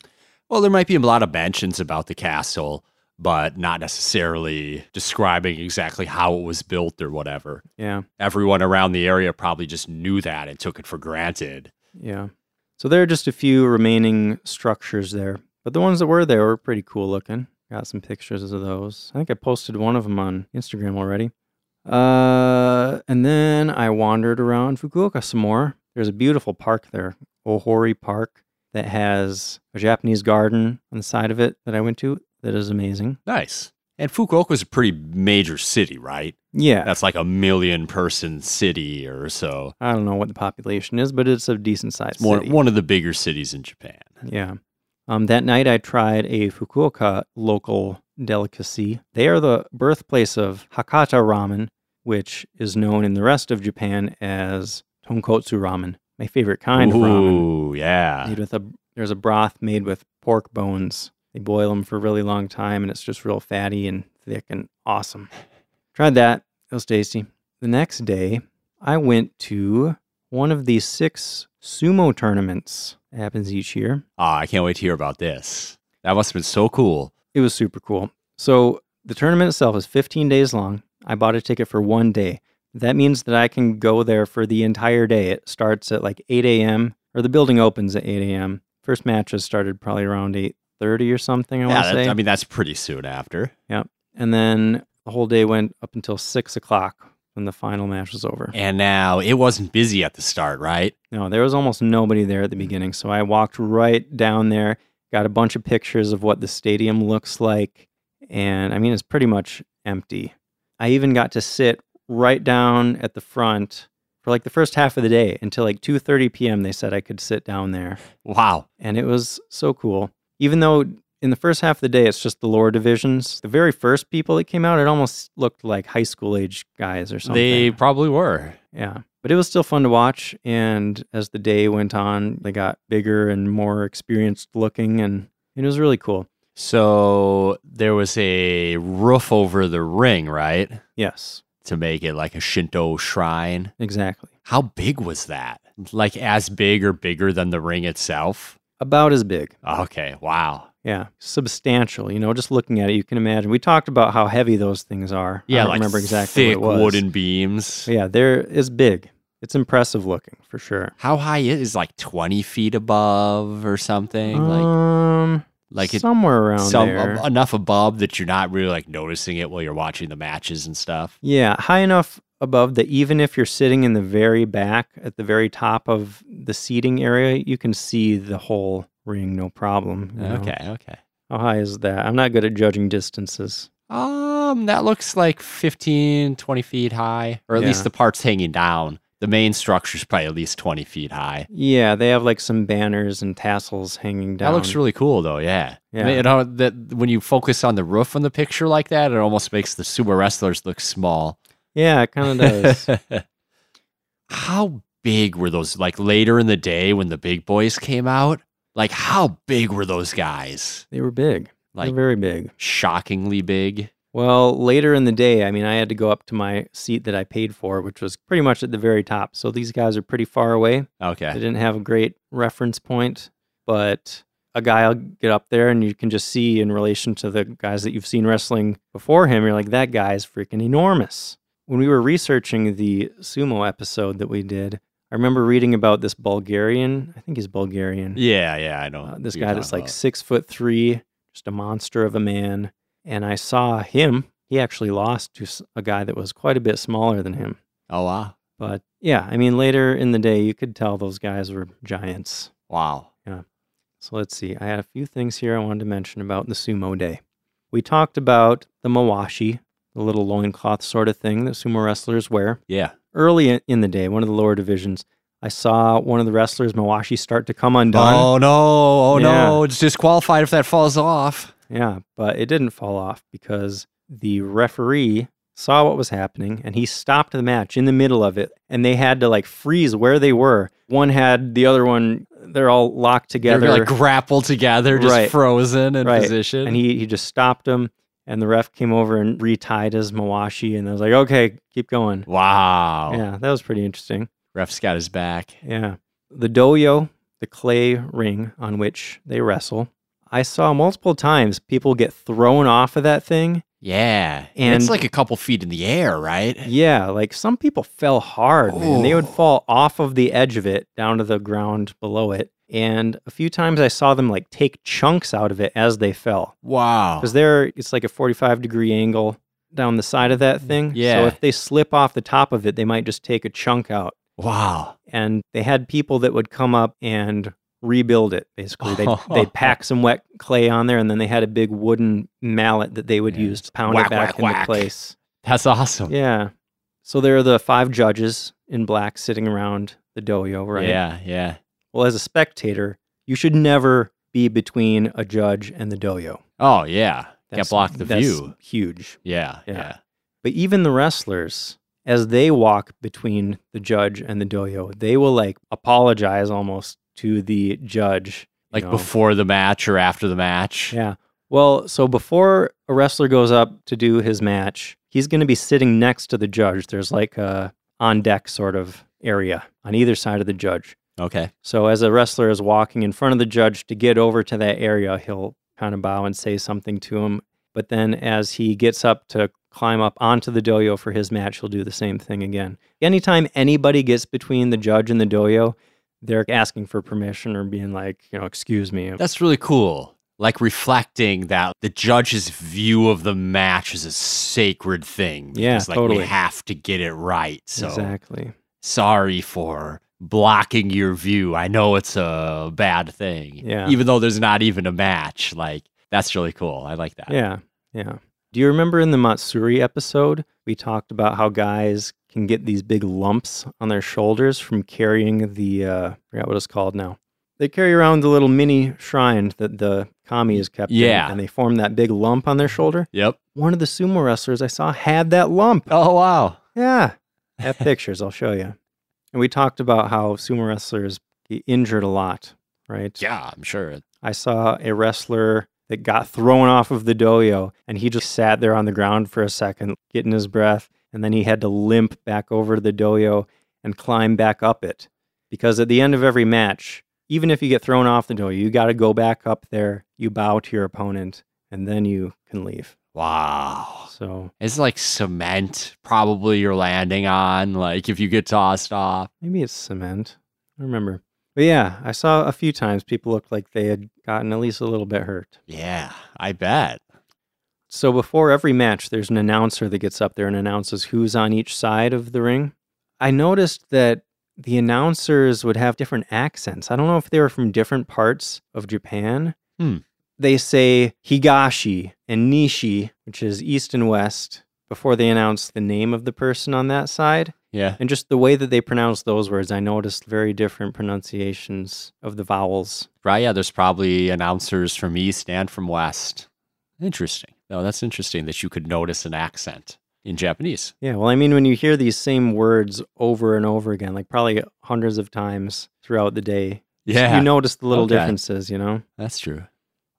Speaker 1: Well, there might be a lot of mentions about the castle, but not necessarily describing exactly how it was built or whatever.
Speaker 2: Yeah.
Speaker 1: Everyone around the area probably just knew that and took it for granted.
Speaker 2: Yeah. So there are just a few remaining structures there, but the ones that were there were pretty cool looking. Got some pictures of those. I think I posted one of them on Instagram already. Uh, and then I wandered around Fukuoka some more. There's a beautiful park there, Ohori Park, that has a Japanese garden on the side of it that I went to. That is amazing.
Speaker 1: Nice. And Fukuoka's a pretty major city, right?
Speaker 2: Yeah.
Speaker 1: That's like a million person city or so.
Speaker 2: I don't know what the population is, but it's a decent sized
Speaker 1: It's more,
Speaker 2: city.
Speaker 1: one of the bigger cities in Japan.
Speaker 2: Yeah. Um, that night, I tried a Fukuoka local delicacy. They are the birthplace of Hakata ramen, which is known in the rest of Japan as tonkotsu ramen, my favorite kind of ramen.
Speaker 1: Ooh, yeah.
Speaker 2: Made with a, there's a broth made with pork bones. They boil them for a really long time, and it's just real fatty and thick and awesome. Tried that. It was tasty. The next day, I went to one of these six sumo tournaments that happens each year.
Speaker 1: Ah, I can't wait to hear about this. That must have been so cool.
Speaker 2: It was super cool. So the tournament itself is 15 days long. I bought a ticket for one day. That means that I can go there for the entire day. It starts at like 8 a.m. or the building opens at 8 a.m. First matches started probably around 8:30 or something. I
Speaker 1: yeah,
Speaker 2: want to
Speaker 1: that-
Speaker 2: say.
Speaker 1: I mean, that's pretty soon after.
Speaker 2: and then the whole day went up until six o'clock when the final match was over.
Speaker 1: And now it wasn't busy at the start, right?
Speaker 2: No, there was almost nobody there at the beginning. So I walked right down there, got a bunch of pictures of what the stadium looks like. And I mean, it's pretty much empty. I even got to sit right down at the front for like the first half of the day until like 2:30 p.m. they said I could sit down there
Speaker 1: Wow.
Speaker 2: and it was so cool. Even though in the first half of the day it's just the lower divisions, the very first people that came out it almost looked like high school age guys or something.
Speaker 1: They probably were.
Speaker 2: Yeah. But it was still fun to watch. And as the day went on, they got bigger and more experienced looking. And it was really cool.
Speaker 1: So there was a roof over the ring, right?
Speaker 2: Yes,
Speaker 1: To make it like a Shinto shrine.
Speaker 2: exactly.
Speaker 1: How big was that? Like as big or bigger than the ring itself?
Speaker 2: About as big.
Speaker 1: Okay, wow.
Speaker 2: Yeah. Substantial. You know, just looking at it, you can imagine. We talked about how heavy those things are. I
Speaker 1: Yeah,
Speaker 2: don't
Speaker 1: like
Speaker 2: remember exactly
Speaker 1: thick
Speaker 2: what it was.
Speaker 1: wooden beams.
Speaker 2: But yeah, they're it's big. It's impressive looking for sure.
Speaker 1: How high is it? Is it like 20 feet above or something? like
Speaker 2: um,
Speaker 1: like it,
Speaker 2: somewhere around
Speaker 1: some
Speaker 2: there.
Speaker 1: enough above that you're not really like noticing it while you're watching the matches and stuff.
Speaker 2: Yeah, high enough above that even if you're sitting in the very back at the very top of the seating area, you can see the whole ring no problem. you know?
Speaker 1: Okay, okay.
Speaker 2: How high is that? I'm not good at judging distances.
Speaker 1: Um, that looks like 15, 20 feet high, or at
Speaker 2: Yeah.
Speaker 1: least the parts hanging down. The main structure's probably at least 20 feet high.
Speaker 2: Yeah, they have like some banners and tassels hanging down.
Speaker 1: That looks really cool, though. Yeah,
Speaker 2: Yeah.
Speaker 1: You know that when you focus on the roof on the picture like that, it almost makes the sumo wrestlers look small.
Speaker 2: Yeah, it kind of
Speaker 1: [laughs]
Speaker 2: does.
Speaker 1: how big were those? Like later in the day when the big boys came out, like how big were those guys?
Speaker 2: they were big.
Speaker 1: Like
Speaker 2: Like, They're very big.
Speaker 1: shockingly big.
Speaker 2: Well, later in the day, I mean, I had to go up to my seat that I paid for, which was pretty much at the very top. So these guys are pretty far away. I
Speaker 1: Okay.
Speaker 2: didn't have a great reference point, but a guy will get up there and you can just see in relation to the guys that you've seen wrestling before him, you're like, that guy's freaking enormous. When we were researching the sumo episode that we did, I remember reading about this Bulgarian, I think he's Bulgarian,
Speaker 1: Yeah, yeah, I know.
Speaker 2: uh,
Speaker 1: who
Speaker 2: this
Speaker 1: you're
Speaker 2: guy that's
Speaker 1: talking
Speaker 2: like six foot three, just a monster of a man. And I saw him, he actually lost to s- a guy that was quite a bit smaller than him.
Speaker 1: about. oh wow,
Speaker 2: But yeah, I mean, later in the day, you could tell those guys were giants.
Speaker 1: wow.
Speaker 2: So let's see. I had a few things here I wanted to mention about the sumo day. We talked about the mawashi, the little loincloth sort of thing that sumo wrestlers wear.
Speaker 1: Yeah.
Speaker 2: Early in- in the day, one of the lower divisions, I saw one of the wrestlers' mawashi start to come undone.
Speaker 1: Oh no! Oh
Speaker 2: no,
Speaker 1: no! It's disqualified if that falls off.
Speaker 2: Yeah, but it didn't fall off because the referee saw what was happening and he stopped the match in the middle of it and they had to like freeze where they were. One had the other one, they're all locked
Speaker 1: They're
Speaker 2: together.
Speaker 1: like grappled together, just
Speaker 2: Right.
Speaker 1: frozen in
Speaker 2: Right.
Speaker 1: position.
Speaker 2: and he, he just stopped him and the ref came over and retied his mawashi and I was like okay keep going
Speaker 1: wow.
Speaker 2: yeah that was pretty interesting
Speaker 1: Ref's got his back.
Speaker 2: yeah the doyo the clay ring on which they wrestle i saw multiple times people get thrown off of that thing
Speaker 1: Yeah,
Speaker 2: And-
Speaker 1: it's like a couple feet in the air, right?
Speaker 2: yeah like some people fell hard man. they would
Speaker 1: Oh.
Speaker 2: fall off of the edge of it down to the ground below it and a few times i saw them like take chunks out of it as they fell
Speaker 1: Wow.
Speaker 2: because there it's like a 45 degree angle down the side of that thing. So
Speaker 1: Mm, Yeah.
Speaker 2: if they slip off the top of it, they might just take a chunk out.
Speaker 1: Wow.
Speaker 2: And they had people that would come up and rebuild it basically.
Speaker 1: [laughs]
Speaker 2: They they pack some wet clay on there and then they had a big wooden mallet that they would
Speaker 1: Yeah.
Speaker 2: use to pound it
Speaker 1: Whack,
Speaker 2: back
Speaker 1: whack,
Speaker 2: into
Speaker 1: whack.
Speaker 2: place.
Speaker 1: That's awesome.
Speaker 2: Yeah. So there are the five judges in black sitting around the doyo, right?
Speaker 1: Yeah, yeah.
Speaker 2: Well, as a spectator, you should never be between a judge and the doyo.
Speaker 1: Oh, yeah.
Speaker 2: That's-
Speaker 1: Can't block the
Speaker 2: that's
Speaker 1: view.
Speaker 2: Huge.
Speaker 1: Yeah,
Speaker 2: Yeah.
Speaker 1: yeah.
Speaker 2: But even the wrestlers, as they walk between the judge and the doyo, they will like apologize almost to the judge. you
Speaker 1: Like
Speaker 2: know.
Speaker 1: before the match or after the match.
Speaker 2: Yeah. Well, so before a wrestler goes up to do his match, he's going to be sitting next to the judge. There's like a on deck sort of area on either side of the judge.
Speaker 1: Okay.
Speaker 2: So as a wrestler is walking in front of the judge to get over to that area, he'll kind of bow and say something to him. But then as he gets up to climb up onto the doyo for his match, he'll do the same thing again. Anytime anybody gets between the judge and the doyo, they're asking for permission or being like, you know, excuse me.
Speaker 1: That's really cool. Like reflecting that the judge's view of the match is a sacred thing.
Speaker 2: Yeah,
Speaker 1: because, like
Speaker 2: totally.
Speaker 1: we have to get it right. So
Speaker 2: Exactly.
Speaker 1: sorry for blocking your view. I know it's a bad thing.
Speaker 2: Yeah.
Speaker 1: Even though there's not even a match. Like that's really cool. I like that.
Speaker 2: Yeah. Yeah. Do you remember in the Matsuri episode, we talked about how guys can get these big lumps on their shoulders from carrying the, uh, I forgot what it's called now. They carry around the little mini shrine that the kami is kept in,
Speaker 1: Yeah.
Speaker 2: and they form that big lump on their shoulder.
Speaker 1: Yep.
Speaker 2: One of the sumo wrestlers I saw had that lump.
Speaker 1: Oh wow.
Speaker 2: Yeah. I have pictures. I'll show you. And we talked about how sumo wrestlers get injured a lot, right?
Speaker 1: Yeah, I'm sure.
Speaker 2: I saw a wrestler that got thrown off of the doyo and he just sat there on the ground for a second, getting his breath. And then he had to limp back over to the doyo and climb back up it. Because at the end of every match, even if you get thrown off the doyo, you got to go back up there, you bow to your opponent, and then you can leave.
Speaker 1: Wow.
Speaker 2: So
Speaker 1: It's like cement, probably you're landing on, like if you get tossed off.
Speaker 2: maybe it's cement. I don't remember. But yeah, I saw a few times people looked like they had gotten at least a little bit hurt.
Speaker 1: Yeah, I bet.
Speaker 2: So before every match, there's an announcer that gets up there and announces who's on each side of the ring. I noticed that the announcers would have different accents. I don't know if they were from different parts of Japan.
Speaker 1: Hmm.
Speaker 2: They say Higashi and Nishi, which is east and west, before they announce the name of the person on that side.
Speaker 1: Yeah.
Speaker 2: And just the way that they pronounce those words, I noticed very different pronunciations of the vowels.
Speaker 1: Right. Yeah, there's probably announcers from East and from West. Interesting. No, that's interesting that you could notice an accent in Japanese.
Speaker 2: Yeah, well, I mean, when you hear these same words over and over again, like probably hundreds of times throughout the day,
Speaker 1: Yeah.
Speaker 2: you notice the little
Speaker 1: Okay.
Speaker 2: differences, you know?
Speaker 1: that's true.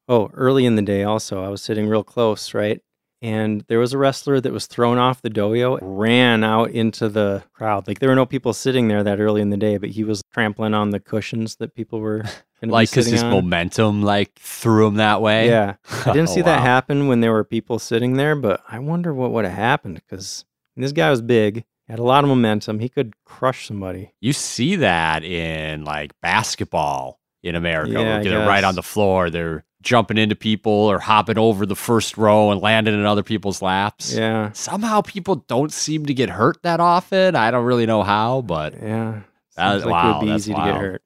Speaker 2: Oh, early in the day, also, I was sitting real close, right? And there was a wrestler that was thrown off the doyo, ran out into the crowd. Like there were no people sitting there that early in the day, but he was trampling on the cushions that people
Speaker 1: [laughs]
Speaker 2: were gonna
Speaker 1: Like,
Speaker 2: be
Speaker 1: because
Speaker 2: sitting
Speaker 1: his
Speaker 2: on.
Speaker 1: momentum, like, threw him that way. [laughs]
Speaker 2: Yeah. I didn't
Speaker 1: Oh,
Speaker 2: see that
Speaker 1: wow.
Speaker 2: happen when there were people sitting there, but I wonder what would have happened because this guy was big, had a lot of momentum. He could crush somebody.
Speaker 1: You see that in, like, basketball in America.
Speaker 2: Yeah,
Speaker 1: where
Speaker 2: I
Speaker 1: they get it right
Speaker 2: guess.
Speaker 1: on the floor. They're jumping into people or hopping over the first row and landing in other people's laps.
Speaker 2: Yeah.
Speaker 1: somehow people don't seem to get hurt that often. I don't really know how, but
Speaker 2: Yeah.
Speaker 1: That-
Speaker 2: Seems like it
Speaker 1: wow,
Speaker 2: would be
Speaker 1: that's
Speaker 2: easy to get
Speaker 1: wild.
Speaker 2: hurt.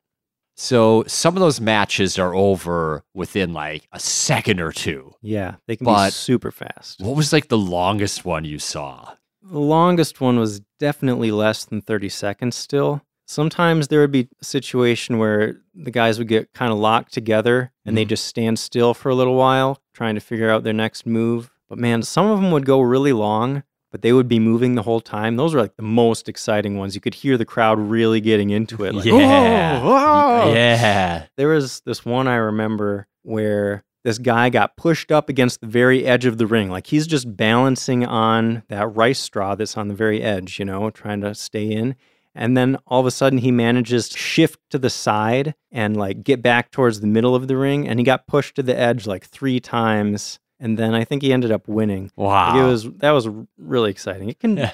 Speaker 1: so some of those matches are over within like a second or two.
Speaker 2: Yeah. They can be
Speaker 1: But-
Speaker 2: super fast.
Speaker 1: What was like the longest one you saw?
Speaker 2: The longest one was definitely less than 30 seconds still. Sometimes there would be a situation where the guys would get kind of locked together and they
Speaker 1: Mhm.
Speaker 2: just stand still for a little while trying to figure out their next move. But man, some of them would go really long, but they would be moving the whole time. Those were like the most exciting ones. You could hear the crowd really getting into it.
Speaker 1: [laughs]
Speaker 2: Like,
Speaker 1: yeah.
Speaker 2: "Whoa, whoa."
Speaker 1: Yeah.
Speaker 2: There was this one I remember where this guy got pushed up against the very edge of the ring. Like he's just balancing on that rice straw that's on the very edge, you know, trying to stay in. And then all of a sudden he manages to shift to the side and like get back towards the middle of the ring. And he got pushed to the edge like three times. And then I think he ended up winning. Like,
Speaker 1: Wow.
Speaker 2: it was that was really exciting. It can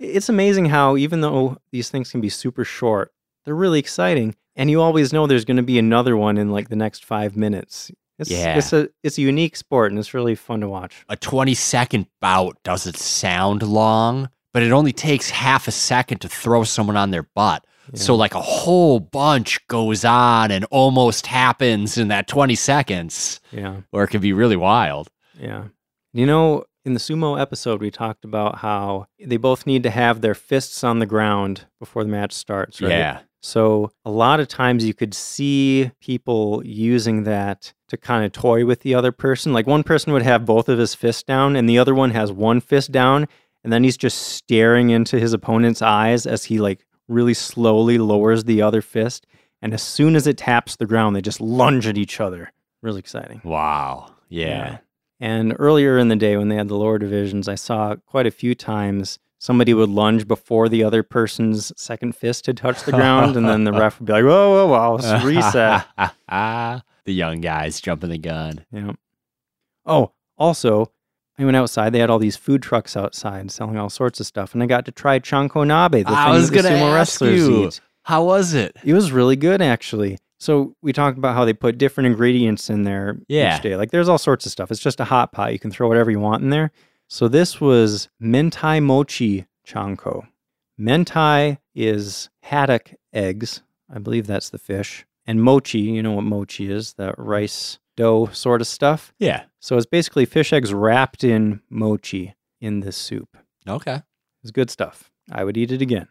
Speaker 2: it's amazing how even though these things can be super short, they're really exciting, and you always know there's going to be another one in like the next five minutes. It's,
Speaker 1: Yeah.
Speaker 2: it's a it's a unique sport, and it's really fun to watch.
Speaker 1: [laughs] a 20 second bout doesn't sound long, but it only takes half a second to throw someone on their butt.
Speaker 2: you
Speaker 1: So
Speaker 2: know?
Speaker 1: like a whole bunch goes on and almost happens in that 20 seconds,
Speaker 2: yeah,
Speaker 1: or it can be really wild.
Speaker 2: yeah. You know, in the sumo episode, we talked about how they both need to have their fists on the ground before the match starts. Right?
Speaker 1: Yeah.
Speaker 2: So a lot of times you could see people using that to kind of toy with the other person. Like one person would have both of his fists down and the other one has one fist down and then he's just staring into his opponent's eyes as he like really slowly lowers the other fist and as soon as it taps the ground they just lunge at each other. Really exciting.
Speaker 1: Wow. Yeah.
Speaker 2: Yeah. And earlier in the day, when they had the lower divisions, I saw quite a few times somebody would lunge before the other person's second fist had touched the ground, and then the ref would be like, "Whoa, whoa, whoa,
Speaker 1: [laughs]
Speaker 2: it's reset."
Speaker 1: the young guys jumping the gun.
Speaker 2: yeah. Oh, also, I went outside. They had all these food trucks outside selling all sorts of stuff, and I got to try chanko nabe, the
Speaker 1: I
Speaker 2: thing
Speaker 1: was
Speaker 2: that the
Speaker 1: gonna
Speaker 2: sumo
Speaker 1: ask
Speaker 2: wrestlers
Speaker 1: you.
Speaker 2: eat.
Speaker 1: How was it?
Speaker 2: It was really good, actually. So we talked about how they put different ingredients in there
Speaker 1: Yeah.
Speaker 2: each day. Like there's all sorts of stuff. It's just a hot pot. You can throw whatever you want in there. So this was mentai mochi chanko. Mentai is haddock eggs. I believe that's the fish. And mochi, you know what mochi is, that rice dough sort of stuff.
Speaker 1: Yeah.
Speaker 2: So it's basically fish eggs wrapped in mochi in this soup.
Speaker 1: Okay.
Speaker 2: It's good stuff. I would eat it again.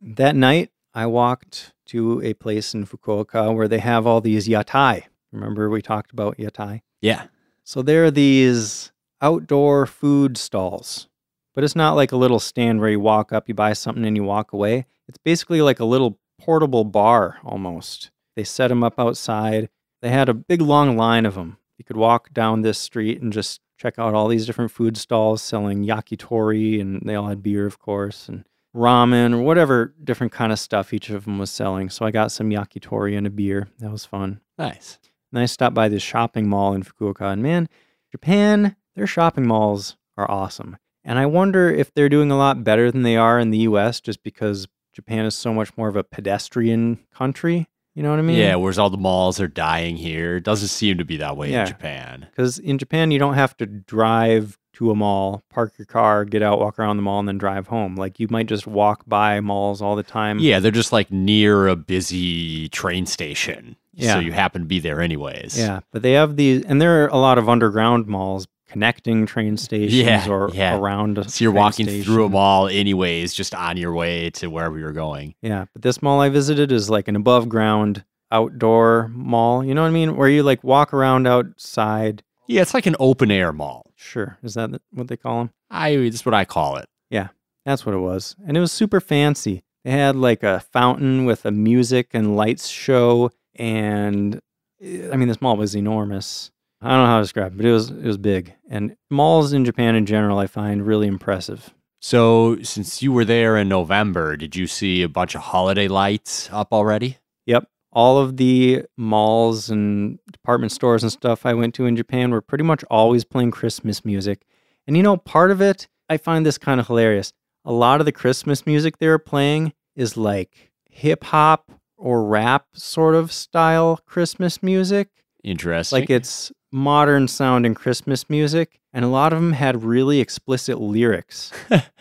Speaker 2: That night, I walked to a place in Fukuoka where they have all these yatai. Remember, we talked about yatai?
Speaker 1: [laughs] yeah.
Speaker 2: So there are these outdoor food stalls, but it's not like a little stand where you walk up, you buy something, and you walk away. It's basically like a little portable bar almost. They set them up outside. They had a big long line of them. You could walk down this street and just check out all these different food stalls selling yakitori, and they all had beer, of course, and ramen or whatever different kind of stuff each of them was selling. So I got some yakitori and a beer. That was fun.
Speaker 1: Nice.
Speaker 2: And I stopped by this shopping mall in Fukuoka. And man, Japan, their shopping malls are awesome. And I wonder if they're doing a lot better than they are in the US just because Japan is so much more of a pedestrian country. You know what I mean?
Speaker 1: yeah. Whereas all the malls are dying here. It doesn't seem to be that way
Speaker 2: Yeah.
Speaker 1: in Japan.
Speaker 2: Because in Japan, you don't have to drive to a mall, park your car, get out, walk around the mall, and then drive home. Like you might just walk by malls all the time.
Speaker 1: Yeah. They're just like near a busy train station.
Speaker 2: Yeah.
Speaker 1: So you happen to be there anyways.
Speaker 2: Yeah, but they have these, and there are a lot of underground malls connecting train stations
Speaker 1: Yeah,
Speaker 2: or
Speaker 1: yeah.
Speaker 2: around. a
Speaker 1: So you're
Speaker 2: train
Speaker 1: walking
Speaker 2: station.
Speaker 1: through a mall anyways, just on your way to wherever you're going.
Speaker 2: Yeah, but this mall I visited is like an above ground outdoor mall. You know what I mean? Where you like walk around outside.
Speaker 1: Yeah. It's like an open air mall.
Speaker 2: Sure, is that what they call them?
Speaker 1: I that's what I call it.
Speaker 2: That's what it was, and it was super fancy. They had like a fountain with a music and lights show, and eh, I mean this mall was enormous. I don't know how to describe it, but it was it was big. And malls in Japan in general, I find really impressive.
Speaker 1: So since you were there in November, did you see a bunch of holiday lights up already?
Speaker 2: Yep. All of the malls and department stores and stuff I went to in Japan were pretty much always playing Christmas music. And you know, part of it, I find this kind of hilarious. A lot of the Christmas music they were playing is like hip hop or rap sort of style Christmas music.
Speaker 1: Interesting.
Speaker 2: Like it's modern sounding Christmas music. And a lot of them had really
Speaker 1: [laughs]
Speaker 2: explicit lyrics.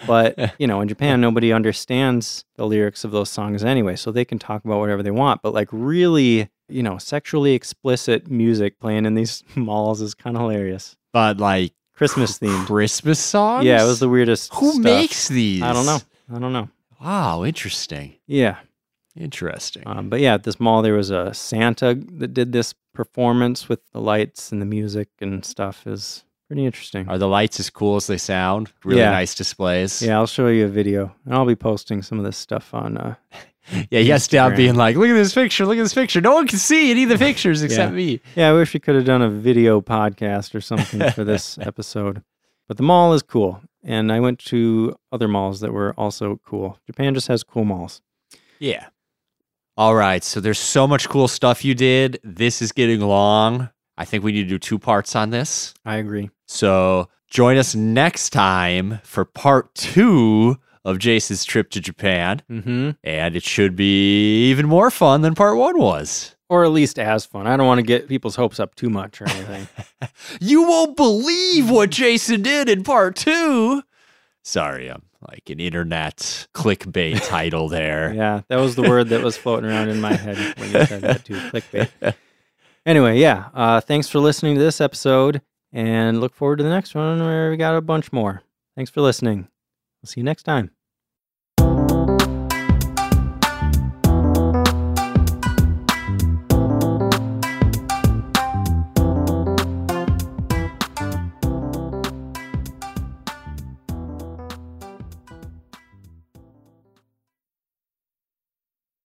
Speaker 2: But, you know, in Japan, nobody understands the lyrics of those songs anyway. So they can talk about whatever they want. But, like, really, you know, sexually explicit music playing in these [laughs] malls is kind of hilarious.
Speaker 1: but like
Speaker 2: Christmas themed.
Speaker 1: Christmas songs.
Speaker 2: Yeah, it was the weirdest.
Speaker 1: Who
Speaker 2: stuff.
Speaker 1: makes these?
Speaker 2: I don't know. I don't know.
Speaker 1: Wow, interesting.
Speaker 2: Yeah.
Speaker 1: Interesting.
Speaker 2: Um, but yeah, at this mall, there was a Santa that did this performance with the lights and the music and stuff. Is pretty interesting.
Speaker 1: Are the lights as cool as they sound? Really
Speaker 2: Yeah.
Speaker 1: nice displays.
Speaker 2: Yeah, I'll show you a video and I'll be posting some of this stuff on. Uh,
Speaker 1: [laughs] Yeah, he has to stop
Speaker 2: Instagram.
Speaker 1: being like, look at this picture, look at this picture. No one can see any of the pictures except me.
Speaker 2: yeah, I wish we could have done a video podcast or something for [laughs] this episode. But the mall is cool. And I went to other malls that were also cool. Japan just has cool malls.
Speaker 1: Yeah. All right. So there's so much cool stuff you did. This is getting long. I think we need to do two parts on this.
Speaker 2: I agree.
Speaker 1: So join us next time for part two of Jason's trip to Japan.
Speaker 2: Mm-hmm.
Speaker 1: And it should be even more fun than part one was.
Speaker 2: Or at least as fun. I don't want to get people's hopes up too much or [laughs] anything.
Speaker 1: You won't believe what Jason did in part two. Sorry, I'm like an internet clickbait title there.
Speaker 2: yeah, that was the word that was floating around in my head when you said [laughs] that too. Clickbait. Anyway, yeah. Uh, thanks for listening to this episode and look forward to the next one where we got a bunch more. Thanks for listening. We'll see you next time.